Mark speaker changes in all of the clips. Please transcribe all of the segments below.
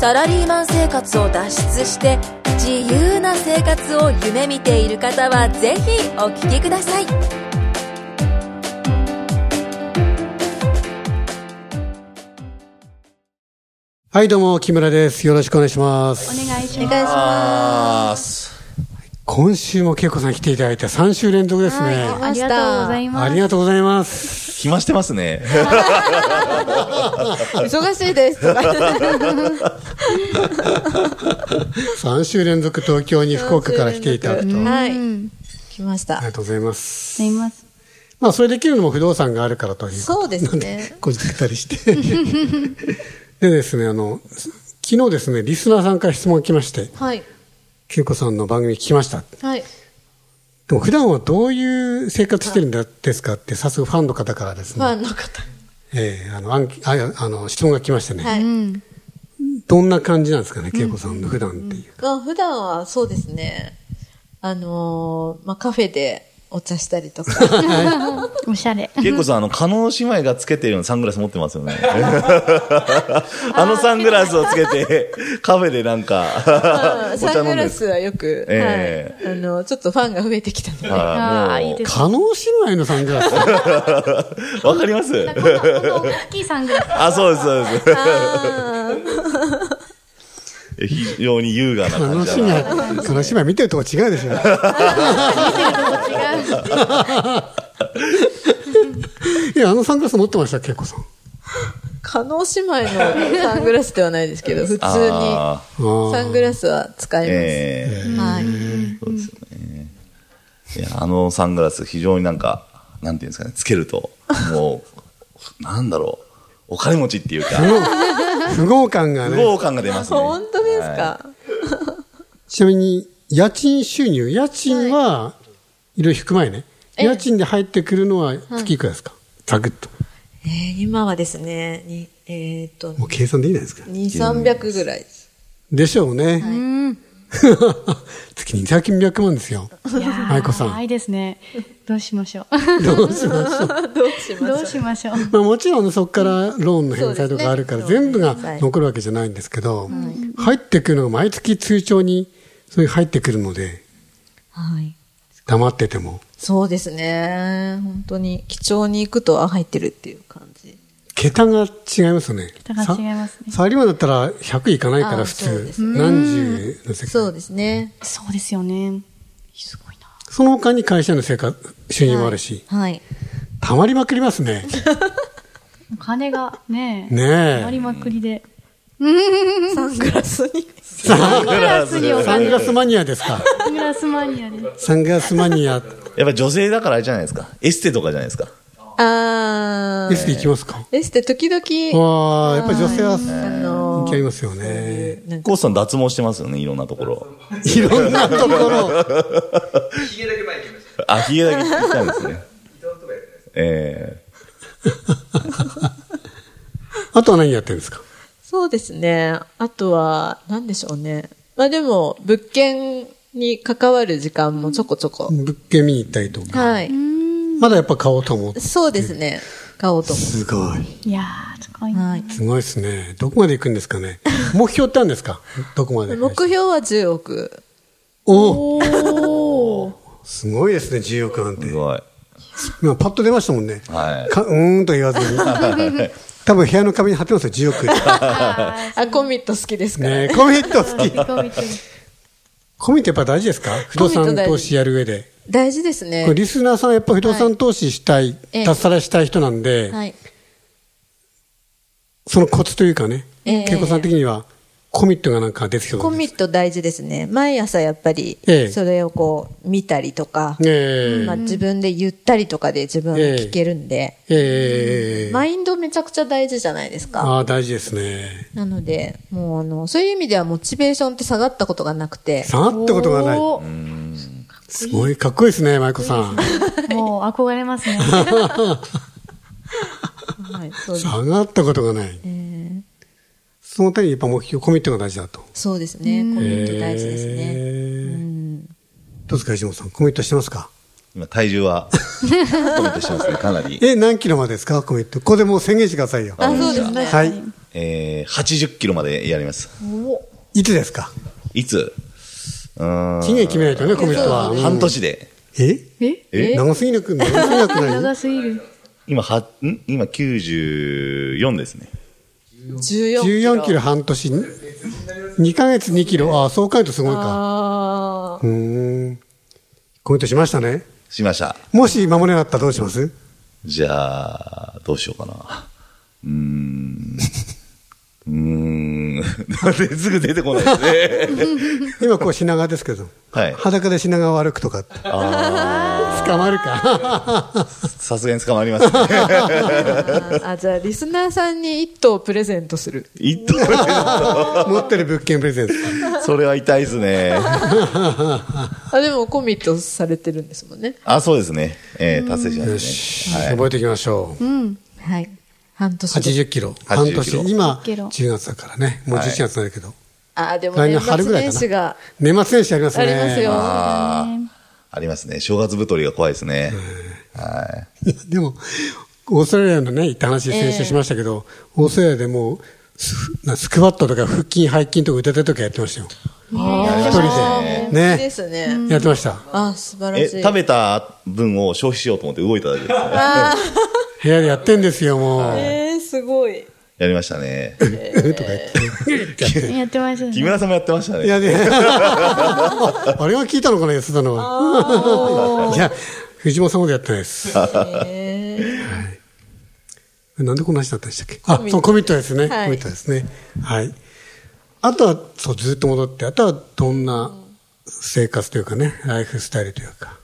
Speaker 1: サラリーマン生活を脱出して自由な生活を夢見ている方はぜひお聞きください
Speaker 2: はい、どうも、木村です。よろしくお願いします。
Speaker 3: お願いし
Speaker 4: お
Speaker 3: ま
Speaker 4: 願いし
Speaker 3: す。
Speaker 4: ます。
Speaker 2: 今週も恵子さん来ていただいて3週連続ですね。
Speaker 3: ありがとうござい
Speaker 2: あ
Speaker 3: ま
Speaker 2: りがとうございます。
Speaker 4: 暇してますね。
Speaker 3: 忙しいです。
Speaker 2: 3週連続東京に福岡から来ていただくと。あ
Speaker 3: はい。
Speaker 4: 来ました
Speaker 2: り。がとうございます。
Speaker 3: います。
Speaker 2: まあ、それできるのも不動産があるからという
Speaker 4: そうですね
Speaker 2: なんこじつけたりして。 でですね、あの、昨日ですね、リスナーさんから質問が来まして、
Speaker 3: はい。
Speaker 2: 恵子さんの番組聞きました。
Speaker 3: はい。
Speaker 2: でも普段はどういう生活してるんですかって、早速ファンの方からです
Speaker 3: フ
Speaker 2: ね、
Speaker 3: ァンの方。
Speaker 2: ええあの、アンケああの質問が来ましてね。
Speaker 3: はい。
Speaker 2: どんな感じなんですかね、恵子さんの普段っていう。
Speaker 3: が普段はそうですね。あのーまあ、カフェでお茶したりとか。
Speaker 5: おしゃれ。
Speaker 4: 結構さん、あの、加納姉妹がつけてるようなサングラス持ってます よね。あのサングラスをつけて、カフェでなんか、お
Speaker 3: サ
Speaker 4: 茶
Speaker 3: ング
Speaker 4: 飲んで
Speaker 3: ラ
Speaker 4: る。
Speaker 3: スはよく、
Speaker 4: え
Speaker 3: はい。あの、ちょっとファンが増えてきたので。
Speaker 4: あ
Speaker 5: あ
Speaker 4: あ、
Speaker 5: ー
Speaker 4: も
Speaker 5: いいです
Speaker 2: 加納姉妹のサングラ ス。
Speaker 4: う、わかります
Speaker 5: こんなこんな大きいサングラス。
Speaker 4: あ、そうです、そうです。非常に優雅な
Speaker 2: 加納姉
Speaker 4: 感じだな。
Speaker 2: 妹、加納姉妹見てるとこ違うでしょ。いや、あのサングラス持ってました、恵子さん。あ
Speaker 3: 加納姉妹のサングラスではないですけど、普通に
Speaker 4: あ
Speaker 2: ー
Speaker 3: サングラスは使
Speaker 4: ー
Speaker 3: い
Speaker 4: ええ
Speaker 3: ます。はい。
Speaker 4: そうですよね。いや、あのサングラス、非常になんか、なんていうんですかね、つけると、もう、なんだろう、お金持ちって いうか、
Speaker 2: 不合感が
Speaker 4: 不
Speaker 2: ね。
Speaker 4: 合感が出ますね。
Speaker 3: 本当です
Speaker 4: は
Speaker 3: か
Speaker 2: ちなみに、家賃収入、家賃は、いろいろ引く前ね。家賃で入ってくるのは月いくらですかざくっと。
Speaker 3: えー今はですね、にえーっと、
Speaker 2: もう計算でいいじゃないですか。
Speaker 3: 2、300ぐらい。
Speaker 2: でしょう ね。月に300万ですよ。愛子さん。
Speaker 5: いですね。どうしましょう。
Speaker 2: どうしましょう。
Speaker 3: どうし ま
Speaker 5: ど
Speaker 3: す
Speaker 5: うしましょう。
Speaker 2: まあ、もちろんねそこからローンの返済とかあるから、
Speaker 3: そうですね
Speaker 2: 全部が残るわけじゃないんですけど、入ってくるのが毎月通帳にそういう入ってくるので
Speaker 3: はい。
Speaker 2: 黙ってても
Speaker 3: そうですね。本当に、基調に行くと、あ、入ってるっていう感じ。
Speaker 2: 桁が違いますよね
Speaker 5: 桁が違いますね
Speaker 2: さサラリーマンだったら100いかないから
Speaker 3: あ
Speaker 2: 普
Speaker 3: そうで
Speaker 2: 通、
Speaker 3: すね
Speaker 2: 何十の世界
Speaker 3: そうですね。
Speaker 5: そうですよね。すごいな。
Speaker 2: その他に会社の生活収入もあるし、
Speaker 3: はい。
Speaker 2: たまりまくりますね
Speaker 5: お金がね、
Speaker 2: ね
Speaker 5: あり
Speaker 2: え
Speaker 5: まくりで。
Speaker 3: サングラスに。
Speaker 4: サングラスやっ
Speaker 2: サングラスマニアですか
Speaker 5: サングラスマニアで。
Speaker 2: サングラスマニア
Speaker 4: ぱり女性だからあれじゃないですか。エステとかじゃないですか。
Speaker 3: あ
Speaker 2: エ
Speaker 3: ー。
Speaker 2: ステ行きますか
Speaker 3: エステ、時々、
Speaker 2: わあやっぱり女性は人
Speaker 3: の
Speaker 2: 気ありますよね
Speaker 3: なんか、
Speaker 4: コースさん脱毛してますよね、いろんなところ。
Speaker 2: いろんなところ
Speaker 4: あ、ひげだけ切ったんですね。え
Speaker 2: あとは何やってるんですか
Speaker 3: そうですね。あとは、なんでしょうね。まあでも、物件に関わる時間もちょこちょこ。
Speaker 2: 物件見に行ったりとか。
Speaker 3: はい。
Speaker 2: まだやっぱ買おうと思って。
Speaker 3: そうですね。買おうと思
Speaker 2: すごい。
Speaker 5: いやー、すごいな。
Speaker 3: はい
Speaker 2: すごいですね。どこまで行くんですかね。目標ってあるんですかどこまで。
Speaker 3: う。目標は10億。
Speaker 2: おおすごいですね、10億なん
Speaker 4: え
Speaker 2: て
Speaker 4: す。ごい。
Speaker 2: 今パッと出ましたもんね。
Speaker 4: はい
Speaker 2: かうーんと言わず に。多分部屋の壁に貼ってますよ、10億。
Speaker 3: あ、コミット好きですから。
Speaker 2: ねコミット好き。
Speaker 5: 飛び飛び
Speaker 2: コミットやっぱ大事ですか不動産投資やる上で。
Speaker 3: 大事ですね
Speaker 2: これ。リスナーさんはやっぱ不動産投資したい、
Speaker 3: ええ
Speaker 2: 脱サラしたい人なんで、
Speaker 3: はい。
Speaker 2: そのコツというかね、
Speaker 3: ええ
Speaker 2: 恵子さん的にはコミットがなんか出てきそう
Speaker 3: コ
Speaker 2: なんで
Speaker 3: ミ
Speaker 2: す
Speaker 3: ット大事ですね。毎朝やっぱり
Speaker 2: ええ、
Speaker 3: それをこう、見たりとか、
Speaker 2: ええ
Speaker 3: まあ、自分で言ったりとかで自分を聞けるんで、
Speaker 2: ええ
Speaker 3: マインドめちゃくちゃ大事じゃないですか。
Speaker 2: ああ、大事ですね。
Speaker 3: なので、もうあの、そういう意味ではモチベーションって下がったことがなくて、
Speaker 2: 下がったことがない。
Speaker 5: おー
Speaker 2: すごい、かっこいいですね、舞子さん。
Speaker 5: もう憧れますね。
Speaker 6: はい、そうです。
Speaker 2: 下がったことがない。そのためにやっぱ目標、コミットが大事だと。
Speaker 3: そうですね。コミット大事ですね。
Speaker 2: どうですか、石本さん、コミットしてますか
Speaker 4: 今、体重は、コメントしてますね、かなり。
Speaker 2: え、何キロまでですか、コミット。ここでもう宣言してくださいよ。
Speaker 3: あ、そうですね。
Speaker 2: はい。
Speaker 4: えー、80キロまでやります。
Speaker 2: いつですか
Speaker 4: いつうーん。
Speaker 2: 期限決めないとね、コミットは。
Speaker 4: 半年で。
Speaker 2: え
Speaker 5: え
Speaker 4: え
Speaker 2: 長すぎなく、長すぎなくな
Speaker 5: 長
Speaker 2: い
Speaker 5: すぎる。
Speaker 4: 今、は、ん今94ですね。
Speaker 6: 14キロ。
Speaker 2: 14キロ半年、2ヶ月2キロ、ああ、そうかるとすごいか。
Speaker 6: あ
Speaker 2: うーん。コミットしましたね。
Speaker 4: しました。
Speaker 2: もし守れなかったらどうします
Speaker 4: じゃあ、どうしようかな。うーん。うーん。 なんですぐ出てこないですね。
Speaker 2: 今こう品川ですけど、
Speaker 4: はい
Speaker 2: 裸で品川を歩くとかって捕まる か
Speaker 4: さすがに捕まります ね。
Speaker 6: ーあ、じゃあ、リスナーさんに1頭プレゼントする。
Speaker 4: 一等
Speaker 2: 持ってる物件プレゼント
Speaker 4: それは痛いですね。
Speaker 6: あ、でもコミットされてるんですもんね。
Speaker 4: あ、そうですね。えー、達成しま
Speaker 2: よ
Speaker 4: し
Speaker 2: した
Speaker 4: ね。はい。
Speaker 2: 覚えていきましょう
Speaker 3: はい。
Speaker 6: 半年後。
Speaker 2: 80キロ
Speaker 4: 80
Speaker 2: 半年
Speaker 4: キロ
Speaker 2: 今
Speaker 5: キロ
Speaker 2: 10月だからねもう11月になるけど、
Speaker 6: あ、でも
Speaker 2: 来
Speaker 6: 年
Speaker 2: 年春ぐ
Speaker 6: 末
Speaker 2: らい
Speaker 6: 年
Speaker 2: か
Speaker 6: 始
Speaker 2: な
Speaker 6: が
Speaker 2: 年末年始あります
Speaker 6: あ
Speaker 2: ね
Speaker 6: りますよ。
Speaker 4: あーありますね。正月太りが怖いですね。はい
Speaker 2: や でもオーストラリアのね行った話先週しましたけど、オーストラリアでもうスなスクワットとか腹筋背筋とか腕立てとかやってましたよ
Speaker 4: い。やりま
Speaker 2: 一
Speaker 4: した
Speaker 2: 人
Speaker 4: ね
Speaker 6: い
Speaker 2: で
Speaker 6: い
Speaker 2: ね
Speaker 6: ですね。
Speaker 2: やってました
Speaker 6: あ、素晴ら
Speaker 4: え、
Speaker 6: しい。
Speaker 4: 食べた分を消費しようと思って動いただけですね。
Speaker 2: 部屋でやってんですよもう、
Speaker 6: えー、すごい。
Speaker 4: やりましたね。
Speaker 2: とか言って
Speaker 5: やってました
Speaker 4: 木
Speaker 5: ね。
Speaker 4: 村さんもやってました
Speaker 2: い
Speaker 4: ね。
Speaker 2: やね、 ああれは聞いたのかな、安田のは。 いや、藤本さんまでやってないです。はいなんでこんな話だったんでしたっけあ、そう、コミットですね。
Speaker 6: はい
Speaker 2: コミットですね。はい。あとは、そう、ずっと戻って、あとはどんな生活というかね、ライフスタイルというか。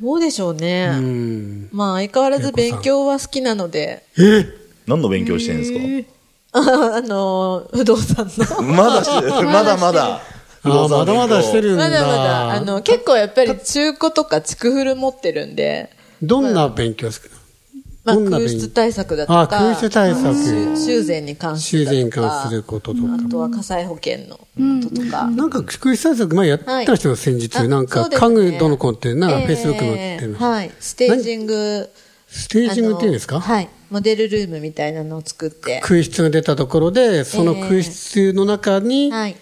Speaker 6: どうでしょうね。
Speaker 2: うん。
Speaker 6: まあ、相変わらず勉強は好きなので、
Speaker 2: え
Speaker 4: 何の勉強してるんです
Speaker 6: ああの、不動産の。
Speaker 4: かまだして、まだ まだ。不
Speaker 2: あ
Speaker 4: 動
Speaker 2: あ
Speaker 4: 産
Speaker 2: まだ
Speaker 4: の勉強
Speaker 2: まだしてるんだ。
Speaker 6: まだまだ、あの、結構やっぱり中古とか築古持ってるんで、
Speaker 2: どんな勉強ですか
Speaker 6: まあ、
Speaker 2: どんな
Speaker 6: 空
Speaker 2: 勉
Speaker 6: 室対策だと
Speaker 2: あ、
Speaker 6: か、
Speaker 2: 空室対策。
Speaker 6: 修修繕に関す
Speaker 2: 修
Speaker 6: るだとか。
Speaker 2: 繕に関することとか。
Speaker 6: あとは火災保険のこととか。
Speaker 2: なんか、空室対策前やってましたよ、先日。
Speaker 6: あ
Speaker 2: なん
Speaker 6: そ
Speaker 2: か、
Speaker 6: うです
Speaker 2: 家
Speaker 6: ね
Speaker 2: 具どの子って、なんか、フェイスブックの
Speaker 6: え
Speaker 2: っ
Speaker 6: え
Speaker 2: てます
Speaker 6: はい。ステージング。
Speaker 2: ステージングっていうんです
Speaker 6: あ
Speaker 2: か
Speaker 6: のはい。モデルルームみたいなのを作って。
Speaker 2: 空室が出たところで、その空室の中に、
Speaker 3: はい。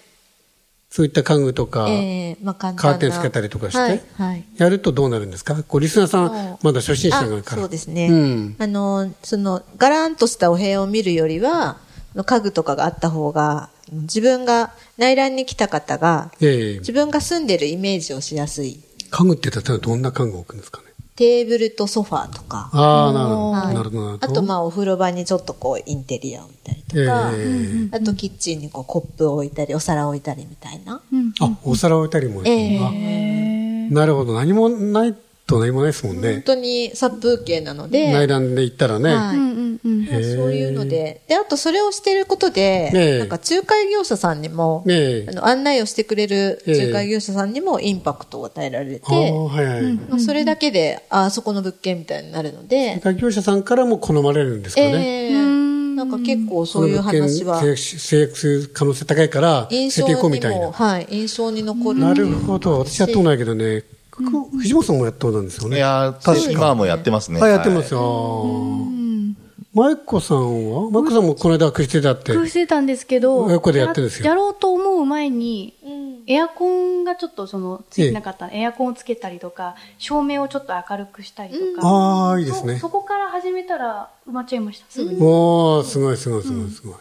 Speaker 2: そういった家具とか、
Speaker 3: ええ、まあ簡単な。
Speaker 2: カーテンつけたりとかして、
Speaker 3: はい。はい。
Speaker 2: やるとどうなるんですかこう、リスナーさ
Speaker 3: そ
Speaker 2: ん
Speaker 3: う、
Speaker 2: まだ初心者がいる
Speaker 3: あ
Speaker 2: から。
Speaker 3: そうですね、
Speaker 2: うん
Speaker 3: あのそのガランとしたお部屋を見るよりはあの家具とかがあった方が自分が内覧に来た方が
Speaker 2: ええ
Speaker 3: 自分が住んでるイメージをしやすい
Speaker 2: 家具って例えばどんな家具を置くんですかね
Speaker 3: テーブルとソファーとか
Speaker 2: ああ、なるほど。
Speaker 3: はい
Speaker 2: なるほど、なるほ
Speaker 3: あ
Speaker 2: ど。
Speaker 3: とまあお風呂場にちょっとこうインテリアを置いたりとか、
Speaker 2: ええ
Speaker 3: あとキッチンにこうコップを置いたりお皿を置いたりみたいな、
Speaker 2: あ、お皿置いたりも置いてるのかなるほど。何もないと何もないですもん
Speaker 6: 本
Speaker 2: ね。
Speaker 6: 当に殺風景なので、
Speaker 2: 内覧で行ったらね。
Speaker 3: はい
Speaker 5: うんうん。
Speaker 3: まあそういうのでであとそれをしてることで、
Speaker 2: ええ
Speaker 3: なんか仲介業者さんにも、
Speaker 2: ええ
Speaker 3: あの案内をしてくれる
Speaker 2: ええ
Speaker 3: 仲介業者さんにもインパクトを与えられて、
Speaker 2: ああ、はいはい。
Speaker 3: まあそれだけで、ああそこの物件みたいになるので、
Speaker 2: 家業者さんからも好まれるんですかね。
Speaker 3: ええなんか結構そういう話は
Speaker 2: この、物件制約する可能性高いから、
Speaker 3: 印
Speaker 2: 捨
Speaker 3: 象
Speaker 2: てていこうみ
Speaker 3: に
Speaker 2: たい
Speaker 3: も、
Speaker 2: な。
Speaker 3: はい、印象に残る。
Speaker 2: なるほど。私やったことないけどね、こ藤本さんもやったことなんですよ
Speaker 4: い
Speaker 2: ね。
Speaker 4: やー、今はもうやってますね。
Speaker 2: あ、やってます
Speaker 4: よ。
Speaker 2: よ。舞子さんは舞子さんもこの間はくしてたって。
Speaker 5: 工夫してたんですけど、
Speaker 2: 親子でやってるんですよ
Speaker 5: ややろうと思う前に、エアコンがちょっとその、ついてなかった、エアコンをつけたりとか、照明をちょっと明るくしたりとか。
Speaker 2: ああ、いいですね
Speaker 5: そ。そこから始めたら埋まっちゃいました、すぐに。
Speaker 2: おー、すごいすごいすごいすごい。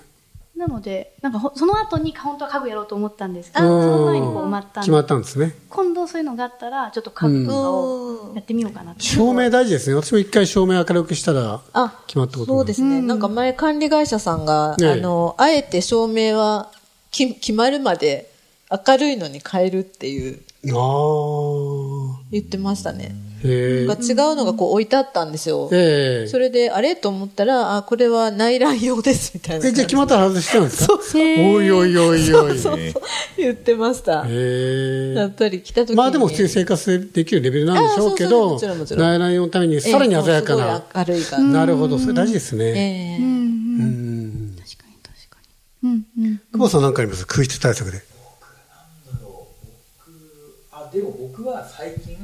Speaker 5: なので、なんかほその後に本当は家具やろうと思ったんですけ
Speaker 2: う
Speaker 5: ど、
Speaker 2: ん
Speaker 5: その前にこう埋まったん
Speaker 2: 決ま
Speaker 5: で、
Speaker 2: ったんですね。
Speaker 5: 今度そういうのがあったら、ちょっと家具とかをやってみようかなって。
Speaker 2: 照明大事ですね。私も一回照明明るくしたら、
Speaker 6: あ、
Speaker 2: 決まったことが
Speaker 6: そうですね。なんか前管理会社さんが、
Speaker 2: ええ
Speaker 6: あの、あえて照明はき決まるまで明るいのに変えるっていう。
Speaker 2: ああ。
Speaker 3: 言ってましたね。
Speaker 2: へえ
Speaker 3: が。違うのがこう置いてあったんですよ。
Speaker 2: ええ
Speaker 3: それで、あれと思ったら、あ、これは内覧用です、みたいな
Speaker 2: え、
Speaker 3: 感
Speaker 2: じ
Speaker 3: じ。
Speaker 2: ゃあ決まったら外しちゃうんですか
Speaker 3: そうそう
Speaker 2: おいおいおいおい。
Speaker 3: そうそう言ってました。
Speaker 2: へ
Speaker 3: やっ
Speaker 2: え。
Speaker 3: ぱり来た時に。
Speaker 2: まあでも普通に生活できるレベルなんでしょうけ
Speaker 3: あ
Speaker 2: ど、
Speaker 3: そうそうもちろんもちろん
Speaker 2: 内覧用のためにさらに鮮やか
Speaker 3: ええ
Speaker 2: な。
Speaker 3: そうすごい明るいから。
Speaker 2: なるほど、それ大事ですね。
Speaker 3: え
Speaker 5: う
Speaker 3: え
Speaker 5: ん
Speaker 2: う
Speaker 5: うん
Speaker 2: ん。
Speaker 5: 確かに確かにうんうん
Speaker 2: 久保さんなんかあります空室対策で。
Speaker 7: あでも僕は最近、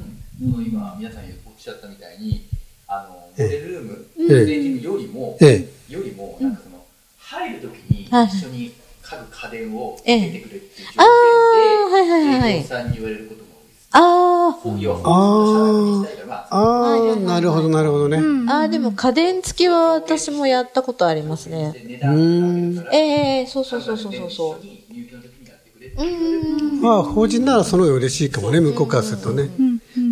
Speaker 7: その今皆さんおっしゃったみたいにあのモデルルーム
Speaker 2: え
Speaker 7: レーティングよりも、
Speaker 2: え
Speaker 7: よりもなんかその入るときに
Speaker 3: はい
Speaker 7: 一緒に家具家電を
Speaker 3: ええ
Speaker 7: 出てくれっていう
Speaker 3: あーはいはいはいは
Speaker 7: 条
Speaker 3: い
Speaker 7: 件で営業さんに言われることも
Speaker 3: あ
Speaker 7: 多いです。要は
Speaker 2: あー
Speaker 7: 本社にしたいからまあ
Speaker 2: ああ、なるほど、なるほどね。う
Speaker 3: あ、ああ、でも家電付きは私もやったことありますね。
Speaker 7: 値
Speaker 2: ー
Speaker 7: 段
Speaker 2: ん。
Speaker 3: ええそうそうそうそうそうそう。
Speaker 2: まあ、法人ならその方が嬉しいかもね、向こうからするとね。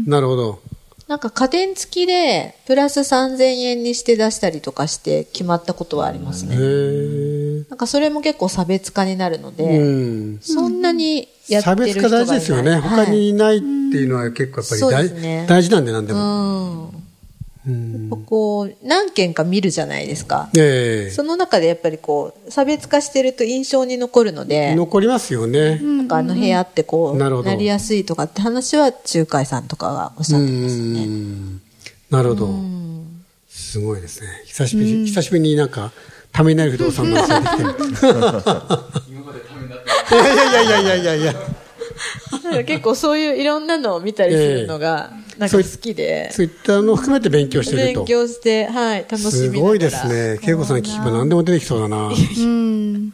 Speaker 2: なるほど。
Speaker 3: なんか家電付きで、プラス3000円にして出したりとかして決まったことはあります
Speaker 2: へ
Speaker 3: ね。
Speaker 2: え。
Speaker 3: なんかそれも結構差別化になるので、
Speaker 2: うん。
Speaker 3: そんなにやって
Speaker 2: 差
Speaker 3: る
Speaker 2: 別
Speaker 3: 人
Speaker 2: 化
Speaker 3: がい
Speaker 2: 大
Speaker 3: ない
Speaker 2: 事ですよね。他にいないっていうのは結構やっぱ
Speaker 3: そう
Speaker 2: り
Speaker 3: です
Speaker 2: 大,、
Speaker 3: ね
Speaker 2: 大事なんで何でも。
Speaker 3: は
Speaker 2: う
Speaker 3: い
Speaker 2: ん
Speaker 3: うん。やっぱこう、何件か見るじゃないですか。
Speaker 2: え
Speaker 3: その中でやっぱりこう、差別化してると印象に残るの
Speaker 2: え
Speaker 3: で、
Speaker 2: 残りますよね。
Speaker 3: なんかあの部屋ってこう、
Speaker 2: なるほど
Speaker 3: なりやすいとかって話は仲介さんとかがおっしゃってました
Speaker 2: う
Speaker 3: ね。
Speaker 2: んなるほど。すごいですね。久しぶり、久しぶりになんか、ためになる不動産の話がで きてる。 いやいやいやいやいやいやいや。
Speaker 3: なんか結構そういういろんなのを見たりするのが、なんか好きで。
Speaker 2: そういったのを含めて勉強してる
Speaker 3: 勉
Speaker 2: と。
Speaker 3: 強して、はい、楽しみながら
Speaker 2: すごいですね。恵子さんに聞けば何でも出てきそうだな。
Speaker 5: うん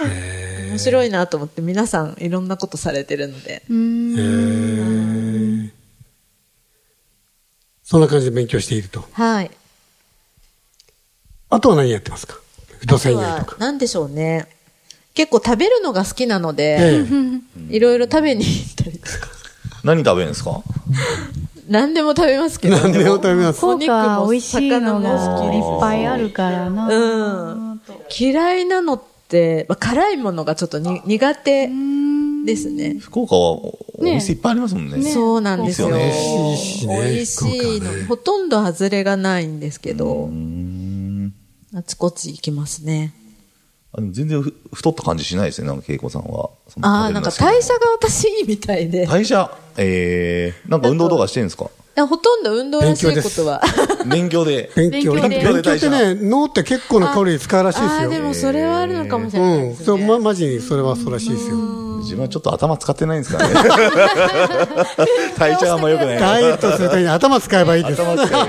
Speaker 3: 面白いなと思って、皆さんいろんなことされてるので。
Speaker 5: うん
Speaker 2: へえそんな感じで勉強していると。
Speaker 3: はい。
Speaker 2: あとは何やってますか不動産以外と
Speaker 3: は
Speaker 2: か。、
Speaker 3: なんでしょうね。結構食べるのが好きなので、
Speaker 2: ええ
Speaker 3: いろいろ食べに行ったりとか。
Speaker 4: 何食べるんですか
Speaker 3: 何でも食べますけど。
Speaker 2: 何でも食べます
Speaker 3: お
Speaker 5: 効
Speaker 3: 肉も
Speaker 5: 果美味しいのがいっぱいあるからな
Speaker 3: うん。嫌いなのって、まあ、辛いものがちょっとに苦手ですね。
Speaker 4: 福岡はおお店いっぱいありますもんね。
Speaker 3: そうなんですよ。
Speaker 4: 美
Speaker 2: し
Speaker 4: 味
Speaker 2: いしね
Speaker 3: 美味しい
Speaker 2: 福岡はね
Speaker 3: の。ほとんど外れがないんですけど
Speaker 4: う、ん
Speaker 3: あちこち行きますね。
Speaker 4: あでも全然ふ太った感じしないですね、なんか恵子さんは。その
Speaker 3: ああ、
Speaker 4: 食べ
Speaker 3: なん
Speaker 4: る
Speaker 3: か
Speaker 4: の
Speaker 3: 代謝が私いいみたいで。
Speaker 4: 代謝えー、なんか運動とかしてるんですか
Speaker 3: いやほとんど運動らしいことは。
Speaker 4: 勉強で。
Speaker 2: 勉強。
Speaker 5: 勉強で
Speaker 2: 勉強ってね、脳って結構なカロリー使うらしいで
Speaker 3: あ
Speaker 2: す
Speaker 3: あ
Speaker 2: よ。
Speaker 3: ー、でもそれはあるのかもしれない
Speaker 2: うん。
Speaker 3: です
Speaker 2: そう、
Speaker 3: ね。
Speaker 2: ま、マジにそれはそうらしいですよ。
Speaker 4: 自分はちょっと頭使ってないんです かね。体調はあんま良くない。
Speaker 2: ダイエットするために頭使えばいいです。
Speaker 4: 頭使う。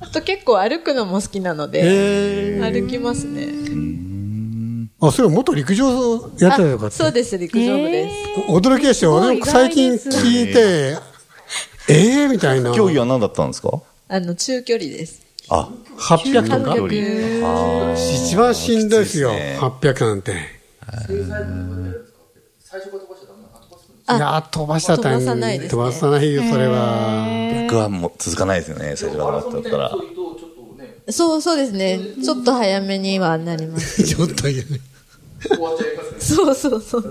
Speaker 3: あと結構歩くのも好きなので、
Speaker 2: ええ
Speaker 3: 歩きますね。
Speaker 2: あ、それ元陸上やってたのか
Speaker 3: あ
Speaker 2: って。
Speaker 3: そうです、陸上部です。
Speaker 2: 驚きでしたよ。
Speaker 5: すご
Speaker 2: 俺
Speaker 5: い
Speaker 2: も最近
Speaker 5: 意外です
Speaker 2: 聞いて、ええみたいな。
Speaker 4: 競技は何だったんですか
Speaker 3: あの、中距離です。
Speaker 4: あ、
Speaker 2: 800とか
Speaker 4: 距離。あー
Speaker 2: 一番しんどいですよ。
Speaker 4: きついですね
Speaker 2: 800なんて。いや、飛ばしたら大変
Speaker 3: 飛ばさないですね
Speaker 2: 飛ばさないよ、それは。
Speaker 4: 僕はもう続かないですよね、最初からだったら。
Speaker 3: そう、そうですね。ちょっと早めにはなります。
Speaker 2: ちょっと言えない。
Speaker 3: そうそうそう。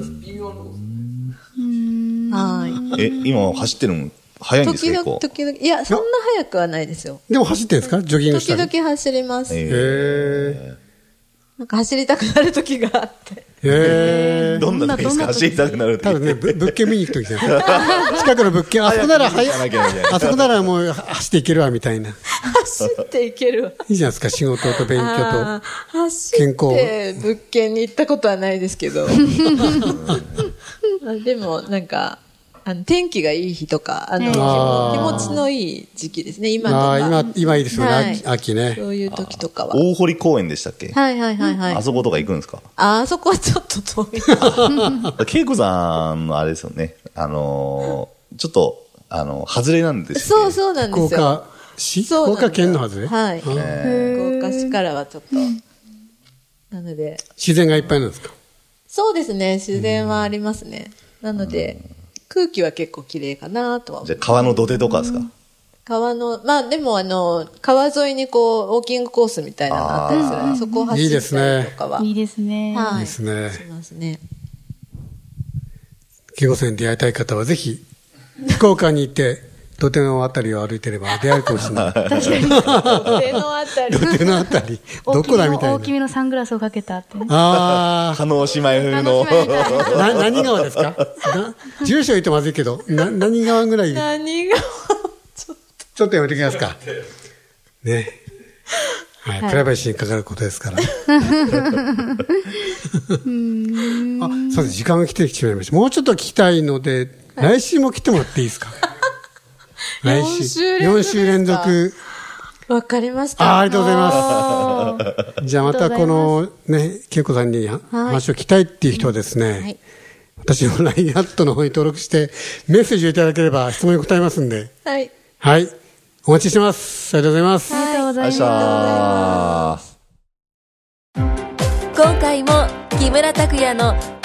Speaker 3: は
Speaker 4: え、今走ってるの早
Speaker 3: い。
Speaker 4: いんです
Speaker 3: 時
Speaker 4: か結
Speaker 3: 々、
Speaker 4: 構。
Speaker 3: 時々、いや、そんな早くはないですよ。
Speaker 2: でも走ってんですかジョギングし
Speaker 3: 時
Speaker 2: たり。
Speaker 3: 々走ります。
Speaker 4: え
Speaker 2: へ
Speaker 3: なんか走りたくなる時があって。
Speaker 2: え。へえ。
Speaker 4: どんな時ですか走りたくなる
Speaker 2: ただ
Speaker 4: 時
Speaker 2: ね、ぶ物件見に行くときじゃ ない。近くの物件、あそこなら、は
Speaker 4: 早く見に行かなきゃみたい
Speaker 2: い、
Speaker 4: な
Speaker 2: あそこならもう走っていけるわ、みたいな。い
Speaker 3: 走っていけるわ。
Speaker 2: いじゃないですか、仕事と勉強
Speaker 3: あー走って物件に行ったことはないですけど まあでもなんかあの天気がいい日とかあの気
Speaker 2: あー
Speaker 3: 持気持ちのいい時期ですね
Speaker 2: と。
Speaker 3: 今と
Speaker 2: ああ、
Speaker 3: か
Speaker 2: 今、今いいですよね、
Speaker 3: はい
Speaker 2: 秋秋ね。
Speaker 3: そういう時とかは
Speaker 4: 大堀公園でしたっけ
Speaker 3: はいはいはいはい
Speaker 4: あそことか行くんですか
Speaker 3: ああそこはちょっと遠いな
Speaker 4: 恵子さんのあれですよね。あのー、ちょっと、あの、外れなんですよ
Speaker 3: そ
Speaker 4: ね。
Speaker 3: うそうなんで
Speaker 2: 福
Speaker 3: すよ
Speaker 2: 岡市
Speaker 3: そう
Speaker 2: 福
Speaker 3: なんですよ
Speaker 2: 岡県のはずね
Speaker 3: はい
Speaker 2: あー
Speaker 3: 福岡市からはちょっとなので
Speaker 2: 自然がいっぱいなんですか
Speaker 3: そうですね自然はありますねなので空気は結構綺麗かなとは思いま
Speaker 4: じゃ
Speaker 3: す
Speaker 4: あ川の土手とかですか
Speaker 3: 川の、まあでもあの、川沿いにこう、ウォーキングコースみたいなのがあったりするので、そこを走ったりとかは。
Speaker 5: いいですね
Speaker 3: はい
Speaker 2: いですね
Speaker 3: しますね。
Speaker 2: 木越さんに出会いたい方はぜひ、福岡に行って、土手のあたりを歩いてれば出会えるかもしれない。
Speaker 6: 手のあたり。
Speaker 2: 土手のあたり、どこだみたい
Speaker 5: 大きめ
Speaker 2: な。
Speaker 5: のサングラスをかけたってね。
Speaker 2: あ
Speaker 4: 加納姉妹風の
Speaker 5: 楽しみだね
Speaker 2: あ、な、何川ですかな住所言ってまずいけど、な、何川ぐらい、ちょっ
Speaker 6: 何が。
Speaker 2: とやめてきますか。ね。はい、プライバシーにかかることですから。あ、 そうです。時間が来てしまいました。もうちょっと聞きたいので、来週も来てもらっていいですか来週。
Speaker 6: 四
Speaker 2: 4
Speaker 6: 週
Speaker 2: 週
Speaker 6: 連
Speaker 2: 連
Speaker 6: 続ですか
Speaker 2: 続。
Speaker 6: わかりまし
Speaker 2: あ
Speaker 6: た。
Speaker 2: ありがとうござい
Speaker 6: あ
Speaker 2: ます。じゃあまたこのね、恵子さんに話を聞きたいっていう人はですね、
Speaker 3: い
Speaker 2: 私の LINE アットの方に登録して、メッセージをいただければ質問に答えますんで、
Speaker 6: ー。はい。
Speaker 2: はい。お待ちしてます。ありがとうございます。
Speaker 5: ありがとうござい
Speaker 4: あ
Speaker 5: ま
Speaker 4: し
Speaker 5: す。
Speaker 4: ゃ
Speaker 1: 今回も木村拓哉の